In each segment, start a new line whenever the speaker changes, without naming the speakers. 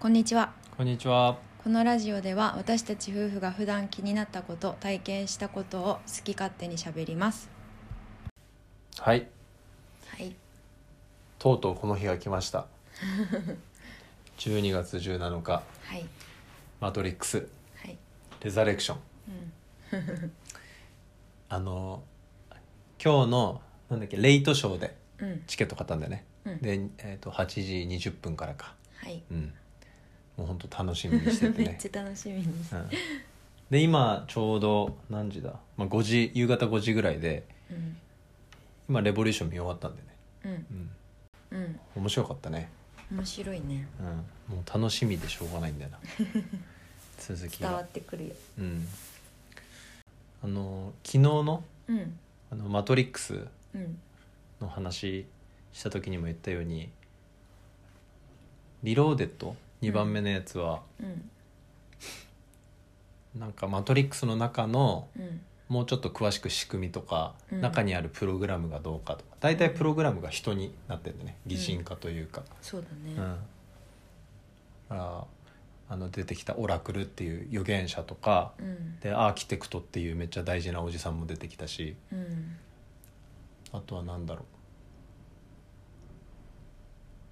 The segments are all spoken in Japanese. こんにちは
こんにちは。
このラジオでは私たち夫婦が普段気になったこと体験したことを好き勝手にしゃべります
はい、
はい
とうとうこの日が来ました。12月17日、
はい
マトリックス
はい
レザレクション。
うん
あの今日のなんだっけレイトショーで
うん
チケット買ったんだよね。
うん
で、えっ、と8時20分からか。
はい
うん。もう本当楽しみにして て
めっ
ね。
ちゃ楽しみに
うん。で今ちょうど何時だ。まあ5時夕方5時ぐらいで
うん
今レボリューション見終わったんでね。
うん
うん。
うん
面白かったね。
面白いね
うん。もう楽しみでしょうがない んだよな。続き
伝わ
が
っ。てくるよ
うん、あの昨日の
うん
「あのマトリックス
うん」
の話した時にも言ったように「リローデッド」2番目のやつは、
うん
なんか「マトリックス」の中の
うん
もうちょっと詳しく仕組みとか、
うん
中にあるプログラムがどうかとか大体プログラムが人になってるんでね擬人化というか。
そうだね、
うんああの出てきたオラクルっていう預言者とか
うん
でアーキテクトっていうめっちゃ大事なおじさんも出てきたし、
うん
あとは何だろう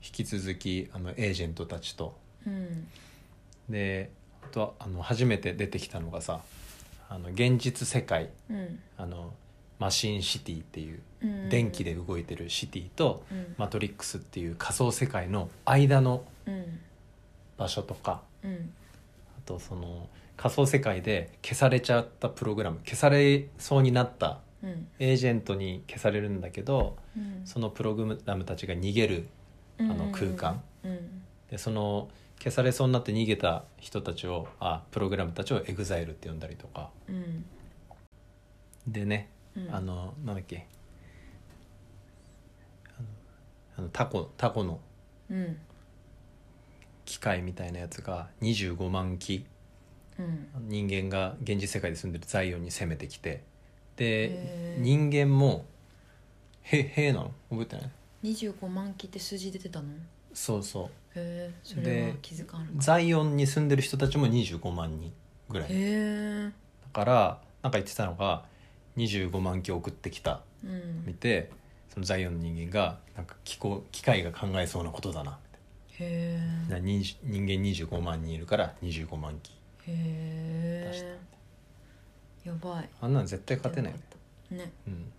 引き続きあのエージェントたちと
うん
であとはあの初めて出てきたのがさあの現実世界
うん
あのマシンシティっていう
うん
電気で動いてるシティと、
うん
マトリックスっていう仮想世界の間の
うん
場所とか
うん
あとその仮想世界で消されちゃったプログラム消されそうになった
うん
エージェントに消されるんだけど
うん
そのプログラムたちが逃げる
あ
の空間
うん
でその消されそうになって逃げた人たちをあプログラムたちをエグザイルって呼んだりとか
うん
でね、
うん
あのなんだっけあのあのタコタコの
うん
機械みたいなやつが25万機
うん
人間が現実世界で住んでるザイオンに攻めてきてで
へー
人間も「へ」「へ」なの覚えてない
25万機って数字出てたのへ
そうそう
えそれは気づかなかった
ザイオンに住んでる人たちも25万人ぐらい
へえ
だからなんか言ってたのが25万機送ってきた
うん
見
へ
てそのザイオンの人間がなんか機構機械が考えそうなことだな
え
みたいな人人間25万人いるから25万機
へえやばい
あんなん絶対勝てないよね、
ね
うん、で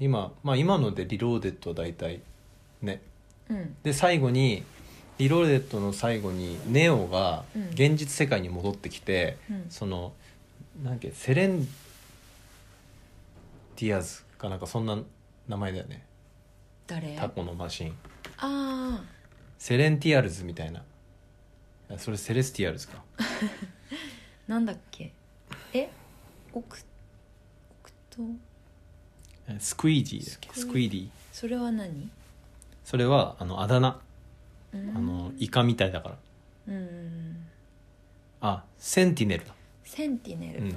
今まあ今のでリローデッドは大体ね
うん
で最後にリローデッドの最後にネオが
うん
現実世界に戻ってきて、
うん
そのなんだっけセレンディアズかなんかそんな名前だよね
誰
タ
あ
コのマシン
あ
セレンティアルズみたいなあそれセレスティアルズか
ーなんだっけえオクオクト
えスクイーディーだっけ
ス
ス
ク
ク
イ
イ
ー
ーディー
それは何
それはあのあだ名
あ
あのイカみたいだから
うん
あセンティネルだ
センティネルうん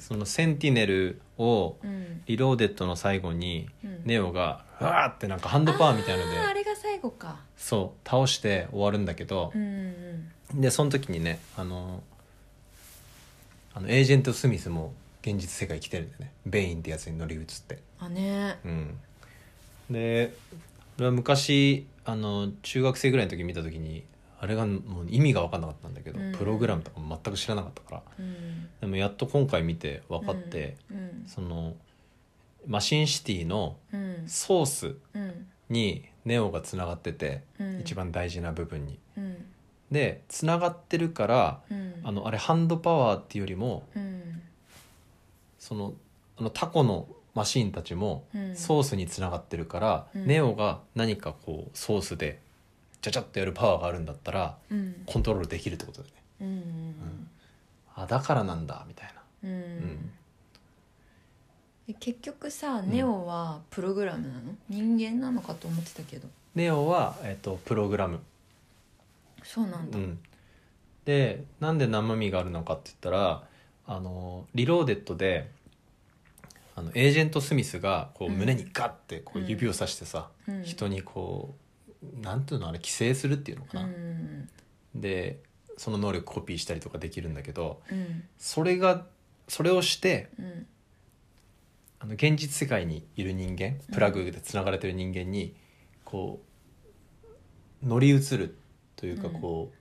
そのセンティネルを
うん
リローデッドの最後に
うん
ネオがうわーってなんかハンドパワーみたいので
あーあれが最後か
そう倒して終わるんだけど
う、んうん
でその時にねあのあのエージェント・スミスも現実世界来てるんでねベインってやつに乗り移って
あね
うん、で俺は昔あの中学生ぐらいの時見た時にあれがもう意味が分かんなかったんだけど、
うん
プログラムとかも全く知らなかったから
うん
でもやっと今回見て分かって、
うん
そのマシンシティの
うん
ソース
うん
にネオがつながってて、
うん
一番大事な部分に。
うん
でつながってるから
うん
あのあれハンドパワーっていうよりも
うん
そのあのタコのマシーンたちも
うん
ソースにつながってるから、
うん
ネオが何かこうソースでちゃちゃっとやるパワーがあるんだったら
うん
コントロールできるってことだよね
うんうん
あだからなんだみたいな
うん
ん
え結局さ
ん
ネオはプログラムなの人間なのかと思ってたけど
ネオは、えっとプログラム、
そうな
うん
だ
ん、でなんで生身があるのかって言ったらあのリローデッドであのエージェント・スミスがこう
うん
胸にガッてこう指をさしてさ、
うん
人にこうなんていうのあれ寄生するっていうのか
う
な、
ん
でその能力コピーしたりとかできるんだけど
うん
それがそれをして
うん
あの現実世界にいる人間プラグでつながれてる人間にこう乗り移るというか
うん
こう、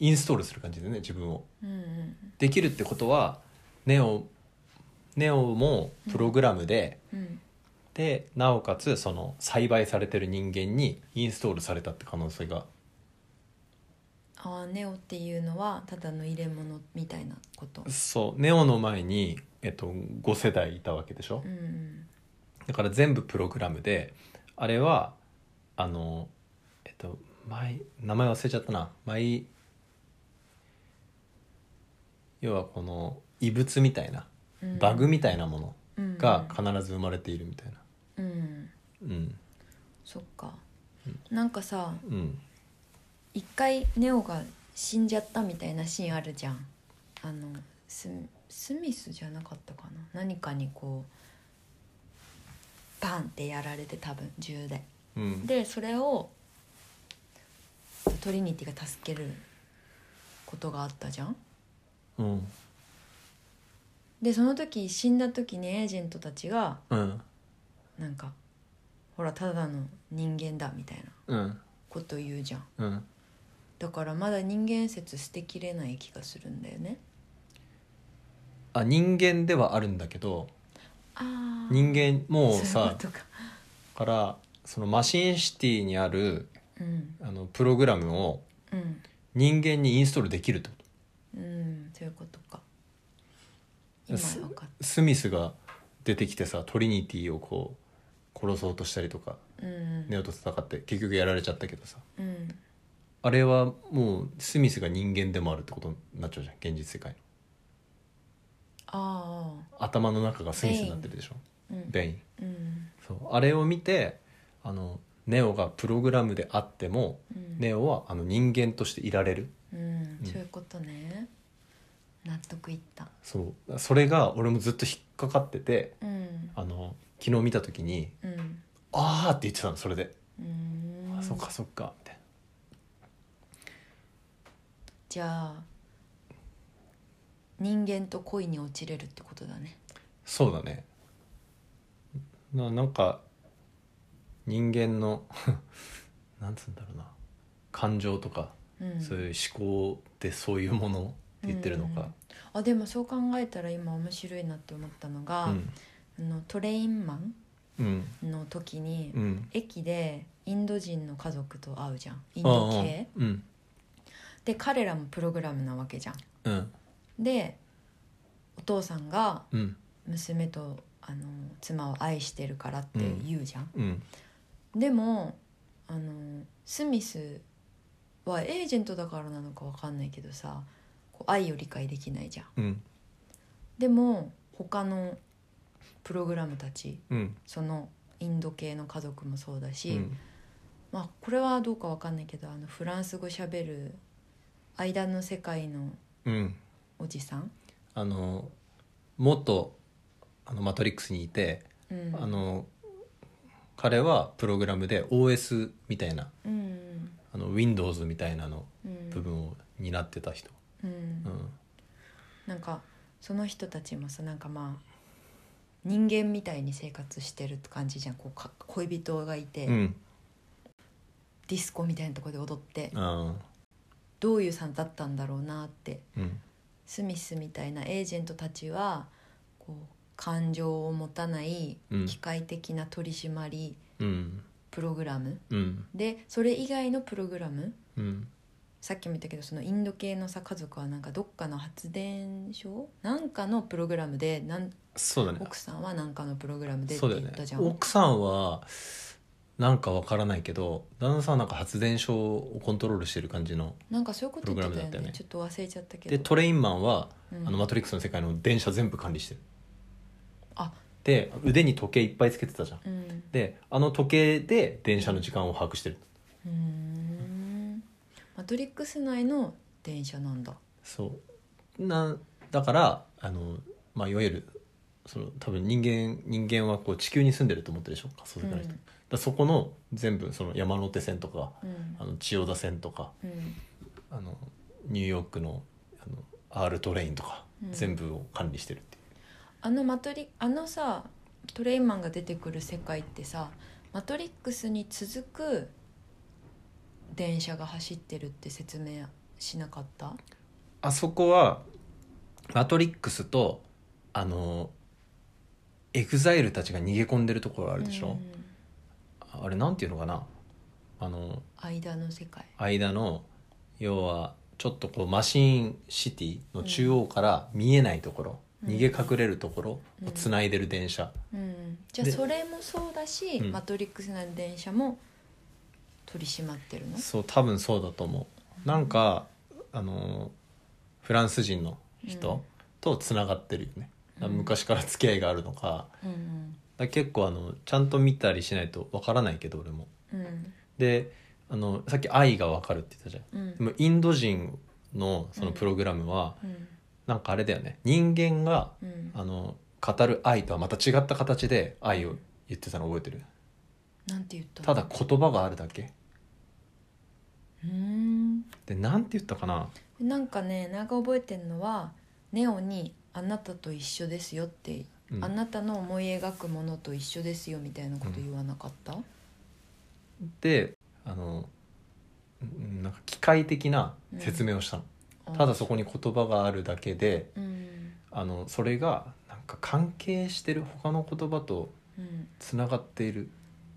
インストールする感じでね自分を。
うんうん
できるってことはネオネオもプログラムで、
うん
でなおかつその栽培されてる人間にインストールされたって可能性が
ああネオっていうのはただの入れ物みたいなこと
そうネオの前に、えっと、5世代いたわけでしょ
うんうん
だから全部プログラムであれはあのえっと前名前忘れちゃったな前要はこの異物みたいな
うん
バグみたいなも
うん
のが必ず生まれているみたいな
うん
うん
そっかなんかさ
うん
一回ネオが死んじゃったみたいなシーンあるじゃんあのススミスじゃなかったかな何かにこうバンってやられて多分銃で
うん
でそれをトリニティが助けることがあったじゃん
うん
でその時死んだ時にエージェントたちが
うん
なんかほらただの人間だみたいな
うん
こと言うじゃん
うん
だからまだ人間説捨てきれない気がするんだよね
あ人間ではあるんだけど
あー
人間もう
そういう
さ
ことか
からそのマシンシティにある
うん
あのプログラムを
うん
人間にインストールできるってこと
うんそういうことか今
す
分かっ
スミスが出てきてさトリニティをこう殺そうとしたりとか
たうん
ネオと戦って結局やられちゃったけどさ
うん
あれはもうスミスが人間でもあるってことになっちゃうじゃん現実世界の
あ
頭の中がスミスになってるでしょ
あうん
ベイン
うん
そうあれを見てあのネオがプログラムであっても
うん
ネオはあの人間としていられる
うん
うん
そういうことね納得いった
そうそれが俺もずっと引っかかってて
うん
あの昨日見た時に
うん
「ああ」って言ってたのそれで
う
「
ん
あそっかそっか」みたいな
じゃあ人間と恋に落ちれるってことだね
そうだねななんか人間の なんつうんだろうな感情とか、
うん
そういう思考ってそういうものって言ってるの
うん
か
あでもそう考えたら今面白いなって思ったのが、
うん
あのトレインマン
うん
の時に、
うん
駅でインド人の家族と会うじゃんイン
ああ
ド系
うん
で彼らもプログラムなわけじゃん
うん
でお父さんが
うん
娘とあの妻を愛してるからって言うじゃん、
うん
でもあのスミスはエージェントだからなのかわかんないけどさこう愛を理解できないじゃん
うん
でも他のプログラムたち
うん
そのインド系の家族もそうだし、
うん
まあこれはどうかわかんないけどあのフランス語しゃべる間の世界の
うん
おじさん、
あの元あのマトリックスにいて、
うん、
あの彼はプログラムで OS みたいな
うん
あの Windows みたいなの
うん
部分を担ってた人、
うん
うん
なんかその人たちもさなんかまあ人間みたいに生活してるって感じじゃんこうか恋人がいて、
うん
ディスコみたいなとこで踊って
あ
どういうさんだったんだろうなって
ーうん
スミスみたいなエージェントたちはこう感情を持たない
うん
機械的な取り締まり
うん
プログラム、
うん
でそれ以外のプログラム
うん
さっきも言ったけどそのインド系のさ家族はなんかどっかの発電所なんかのプログラムでなん
そうだね
奥さんはなんかのプログラムでって
そうだよ
言っ
ね
たじゃんう,、
奥さんはなんかわからないけど旦那さんはなんか発電所をコントロールしてる感じの
なんかそういうこと言ってたよね
プログラムだったよね
ちょっと忘れちゃったけど
でトレインマンは、
うん
あのマトリックスの世界の電車全部管理してる
あ
で腕に時計いっぱいつけてたじゃん
うん
であの時計で電車の時間を把握してる
うーんマトリックス内の電車なんだ
そうなだからあの、まあ、いわゆるその多分人間人間はこう地球に住んでると思ってるでしょ仮想世界の人、
うん
だからそこの全部その山手線とか
うん
あの千代田線とか
うん
あのニューヨークのあの R トレインとか
うん
全部を管理してるっていう、
あのマトリあのさトレインマンが出てくる世界ってさ「マトリックス」に続く電車が走ってるって説明しなかった
あそこは「マトリックス」とあのエグザイルたちが逃げ込んでるところあ
あ
るでしょ、あれなんていうのかなあの
間の世界
間の要はちょっとこうマシーンシティの中央から見えないところ、
うん
逃げ隠れるところをつないでる電車、
うんじゃあ
で
それもそうだし「
うん
マトリックス」の電車も取り締まってるの
そう多分そうだと思うなんかあのフランス人の人とつながってるよね、
うん
昔から付き合いがあるのか
うん
だから結構あのちゃんと見たりしないとわからないけど俺も
うんうん
であのさっき「愛がわかる」って言ったじゃん
うん
でもインド人のそのプログラムは、
うん
なんかあれだよね人間が
うん
あの語る愛とはまた違った形で愛を言ってたの覚えてる
なんて言った
ただ言葉があるだけ
うーん
でなんて言ったかな
なんかねなんか覚えてるのはネオに「あなたと一緒ですよ」って、
うん
あなたの思い描くものと一緒ですよみたいなこと言わなかった、
であのうんなんか機械的な説明をしたの、ただそこに言葉があるだけで
うん
あのそれがなんか関係してる他の言葉と
うん
つながっている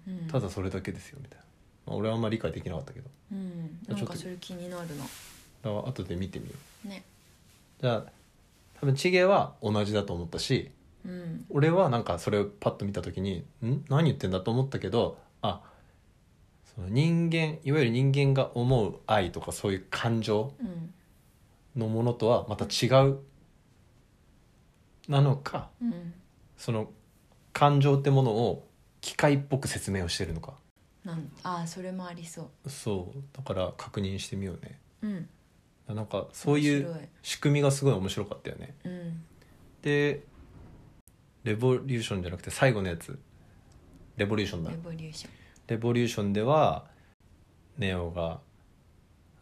うん
ただそれだけですよみたいな、まあ、俺はあんまり理解できなかったけど
うんなんかそれ気になるな
だから後で見てみよう
ね
じゃあ多分チゲは同じだと思ったし
うん
俺はなんかそれをパッと見た時に「ん何言ってんだ?」と思ったけどあその人間いわゆる人間が思う愛とかそういう感情
うん
のものとはまた違うなのか
うん
その感情ってものを機械っぽく説明をしてるのか
なんああそれもありそ
そうだから確認してみようね
ううん
なんかそうい
面
う
白い
仕組みがすごい面白かったよね
うん
でレボリューションじゃなくて最後のやつレボリューションだ
レボリューション
レボリューションではネオが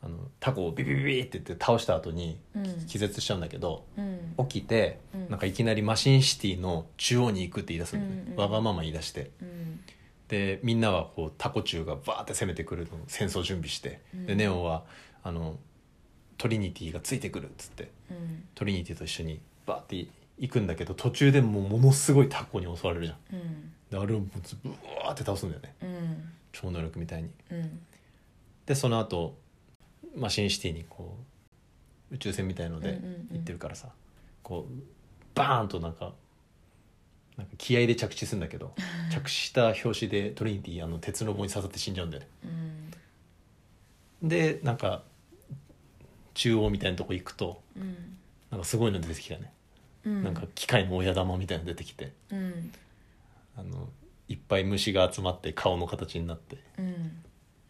あのタコをビビビビって言って倒した後に
うん
気絶しちゃうんだけど、
うん
起きて、
うん
なんかいきなりマシンシティの中央に行くって言い出すんだよね、
うんうん
わがまま言い出して
うん
でみんなはこうタコ中がバーって攻めてくるのを戦争準備して、
うん
でネオはあのトリニティがついてくるっつって
うん
トリニティと一緒にバーって行くんだけど途中でもうものすごいタコに襲われるじゃん
うん
であれをもうずブワーって倒すんだよね
うん
超能力みたいに
うん
でその後マシンシティにこう宇宙船みたいの
うん
で
うんうん
行ってるからさ、こうバーンとなんかなんか気合で着地するんだ けど着地した拍子でトリニティあの鉄の棒に刺さって死んじゃうんだよね
うん
でなんか中央みたいなとこ行くと
うん
なんかすごいの出てきたよね、
うん
なんか機械の親玉みたいなの出てきて
うん
あのいっぱい虫が集まって顔の形になって
うん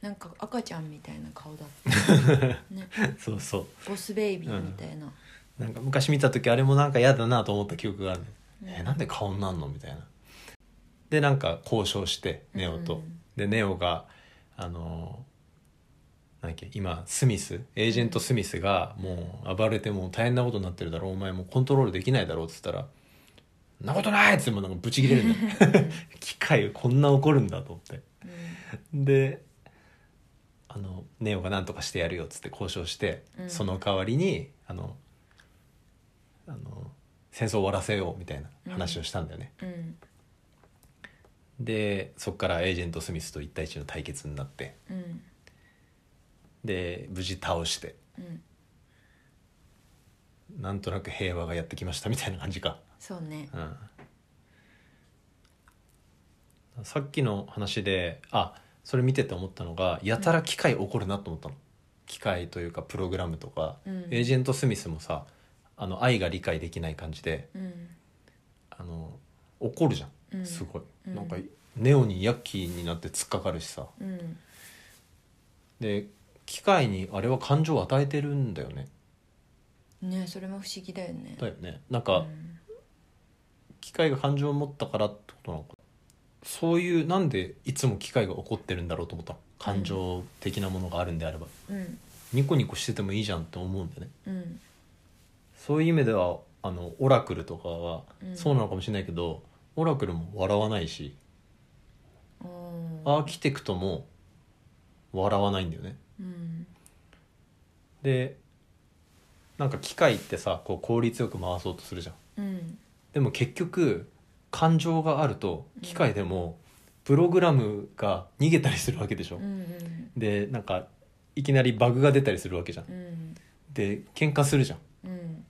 なんか赤ちゃんみたいな顔だったね
そうそう
ボスベイビーみたいな、
なんか昔見た時あれもなんか嫌だなと思った記憶がある、ね
うん
えなんで顔になんのみたいなでなんか交渉してネオと、
うん
でネオがあのーなんだっけ今スミスエージェントスミスがもう暴れてもう大変なことになってるだろうお前もうコントロールできないだろうっつったら「そんなことない!」っつってもうなんかブチ切れるんだよ 機械こんな怒るんだと思ってであのネオが何とかしてやるよっつって交渉して、
うん
その代わりにあのあの戦争終わらせようみたいな話をしたんだよね、
うんうん
でそこからエージェント・スミスと一対一の対決になって
うん
で無事倒して
うん
なんとなく平和がやってきましたみたいな感じか、
そうね
うん、さっきの話であそれ見てて思ったのがやたら機械怒るなと思ったの、機械というかプログラムとか、
うん
エージェント・スミスもさあの愛が理解できない感じで
うん
あの怒るじゃ
うん
んすごい、
うん
なんかネオにヤッキーになって突っかかるしさ
うん
で機械にあれは感情を与えてるんだよね
ねそれも不思議だよね
だよねなん
う
か
ん
機械が感情を持ったからってことなのかなそういうなんでいつも機械が怒ってるんだろうと思ったの感情的なものがあるんであれば、
うん
ニコニコしててもいいじゃんって思うんだよね
うん
そういう意味ではあのオラクルとかは
うん
そうなのかもしれないけど、オラクルも笑わないし
おー
アーキテクトも笑わないんだよね
うん
でなんか機械ってさこう効率よく回そうとするじゃ
う
ん
ん
でも結局感情があると機械でもプログラムが逃げたりするわけでしょ、
うんうん
でなんかいきなりバグが出たりするわけじゃん
うん
で喧嘩するじゃん
うん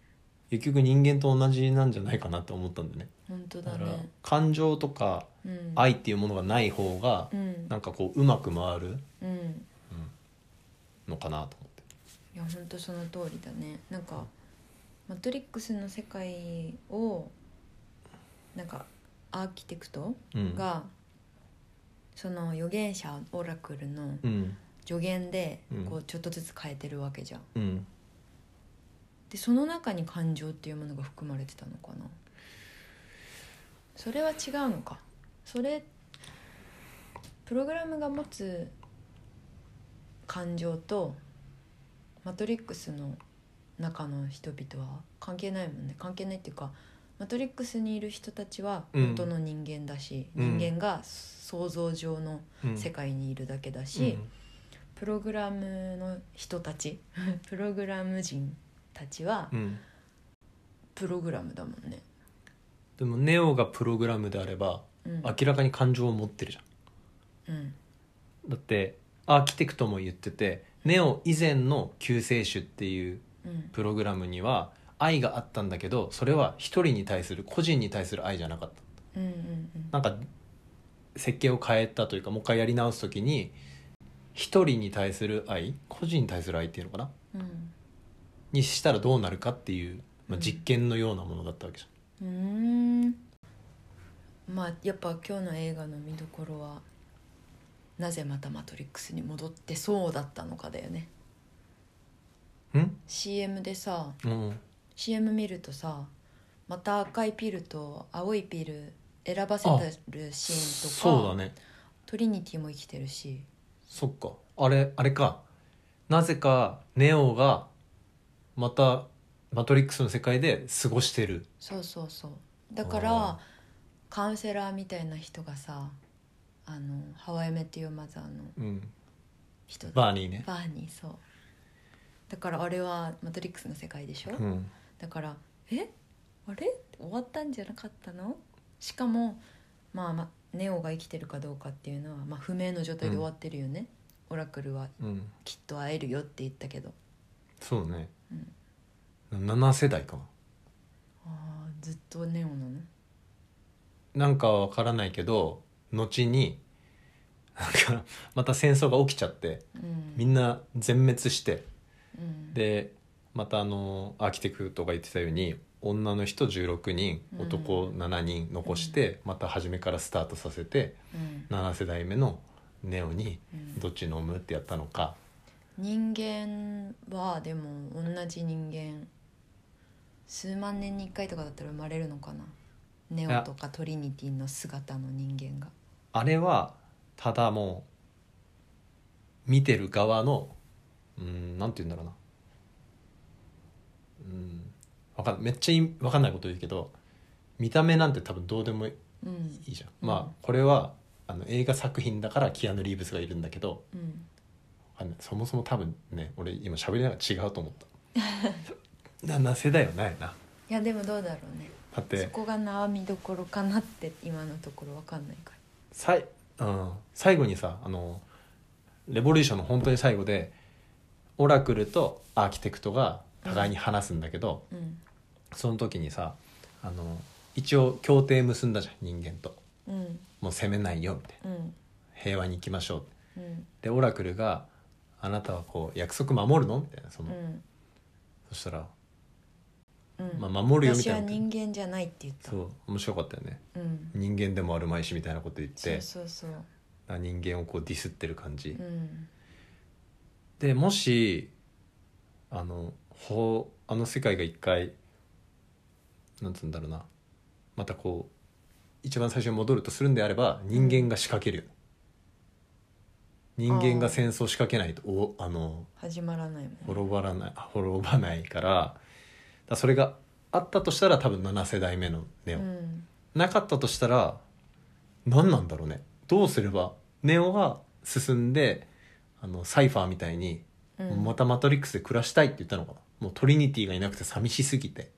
結局人間と同じなんじゃないかなって思ったんだよね
本当
だ
だ
から
ね
感情とか
うん
愛っていうものがない方が
うん
なんかこううまく回る
うん
のかなと思って
いや本当その通りだねなんか「マトリックス」の世界をなんかアーキテクト
うん
が、その預言者オラクルの
うん
助言で
うん
こうちょっとずつ変えてるわけじゃん、
うん
でその中に感情っていうものが含まれてたのかなそれは違うのかそれプログラムが持つ感情とマトリックスの中の人々は関係ないもんね関係ないっていうかマトリックスにいる人たちは
うん
本当の人間だし、
うん
人間が想像上の
うん
世界にいるだけだし、プログラムの人たち プログラム人たちは
うんうん
プログラムだもんね、
でもネオがプログラムであれば
うん、
明らかに感情を持ってるじゃん
うん
だってアーキテクトも言っててネオ以前の救世主っていう
うん
プログラムには愛があったんだけどそれは一人に対する個人に対する愛じゃなかった
うんうんうん
なんか設計を変えたというかもう一回やり直す時に一人に対する愛個人に対する愛っていうのかな
うん
にしたらどうなるかっていう、まあ、
うん
実験のようなものだったわけじ
うーんまあやっぱ今日の映画の見どころはなぜまた「マトリックス」に戻ってそうだったのかだよね
ゃん。ん
CM でさ
うん、
CM 見るとさまた赤いピルと青いピル選ばせてるシーンとか
そうだね
トリニティも生きてるし
そっかあれあれかなぜかネオがまたマトリックスの世界で過ごしてる
そうそうそうだか
あー
らカウンセラーみたいな人がさあのハワイメっていうマザーの
うん
人だ
バーニーね
バーニーそうだからあれは「マトリックス」の世界でしょ、
うん
だから「えあれ終わったんじゃなかったの?」しかもまあ、ま、ネオが生きてるかどうかっていうのは、まあ、不明の状態で終わってるよね、オラクルは
うん
きっと会えるよって言ったけど
そうね
うん、
7世代か
あーずっとネオなの
ななんかは分からないけど後になんかまた戦争が起きちゃって
うん
みんな全滅して
うん
でまたあのアーキテクトが言ってたように女の人16人
うん
男7人残してまた初めからスタートさせて
うん
7世代目のネオに
うん
どっち飲むってやったのか
人間はでも同じ人間数万年に1回とかだったら生まれるのかなネオとかトリニティの姿の人間が
あれはただもう見てる側のうーんなんて言うんだろうなうーんわかんめっちゃい分かんないこと言うけど見た目なんて多分どうでもい
うん
いじゃん、
うん
まあこれはあの映画作品だからキアヌ・リーブスがいるんだけど
うん
わかんないそもそも多分ね俺今喋りながら違う と思ったなな世代はないない
やでもどうだろうね
だっ
そ
て
こが悩みどころかなって今のところわかんないか
さい、うん、最後にさあのレボリューションの本当に最後でオラクルとアーキテクトが互いに話すんだけど、
らうん
その時にさあの一応協定結んだじゃん人間と
うん
もう攻めないよみたいな
うん
平和に行きましょうって
うん
でオラクルが「あなたはこう約束守るの?」みたいなその、
うん
そしたら
う
「
ん
まあ、守るよ」み
私
た
はい
な
人間じゃないって言った
そう面白かったよね
うん
人間でもあるまいしみたいなこと言っ
そ
て
うそうそう
あ人間をこうディスってる感じ、
うん
でもしあのほうあの世界が一回なんつうんだろうなまたこう一番最初に戻るとするんであれば人間が仕掛けるよね、人間が戦争を仕掛けないとおあの
始まらないもん
滅ばらない滅ばないからだからそれがあったとしたら多分7世代目のネオ、
うん
なかったとしたら何なんだろうねどうすればネオが進んであのサイファーみたいに
うん
またマトリックスで暮らしたいって言ったのかな、もうトリニティがいなくて寂しすぎて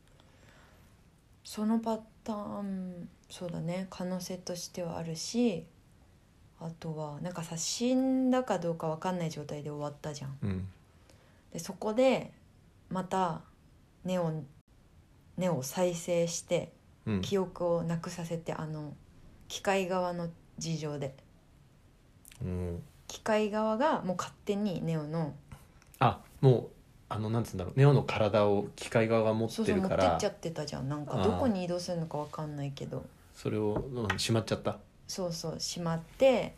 そのパターンそうだね可能性としてはあるしあとはなんかさ死んだかどうかわかんない状態で終わったじゃん
うん
でそこでまたネオンネオを再生して
うん
記憶をなくさせてあの機械側の事情で
うん
機械側がもう勝手にネオの
あもうあのなんつうんだろうネオの体を機械側が持っ
そう
て
そう
る
持って
か
っ
ら
ちゃってたじゃんなん
あ
か
ー
どこに移動するのかわかんないけど
それを、うん、しまっちゃった
そうそうしまって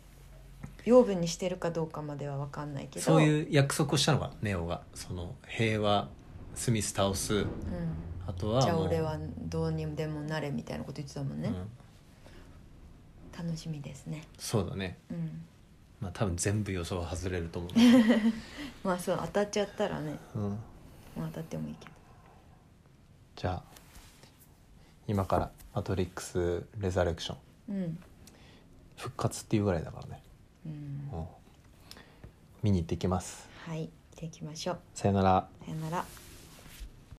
養分にしてるかどうかまではわかんないけど
そう
う、
いう約束をしたのかネオがその平和スミス倒す
ん、
あとは
じゃあ
もう
俺はどうにでもなれみたいなこと言ってたもんね、
うん、
楽しみですね
そうだね
うん
まあ多分全部予想は外れると思う、
まあそう当たっちゃったらね、
うん、
まあ、当たってもいいけど
じゃあ今から「マトリックス・レザレクション
うん、」
復活っていうぐらいだからね、
うん、
うん、見に行ってきます
はい行っていきましょう
さよなら
さよなら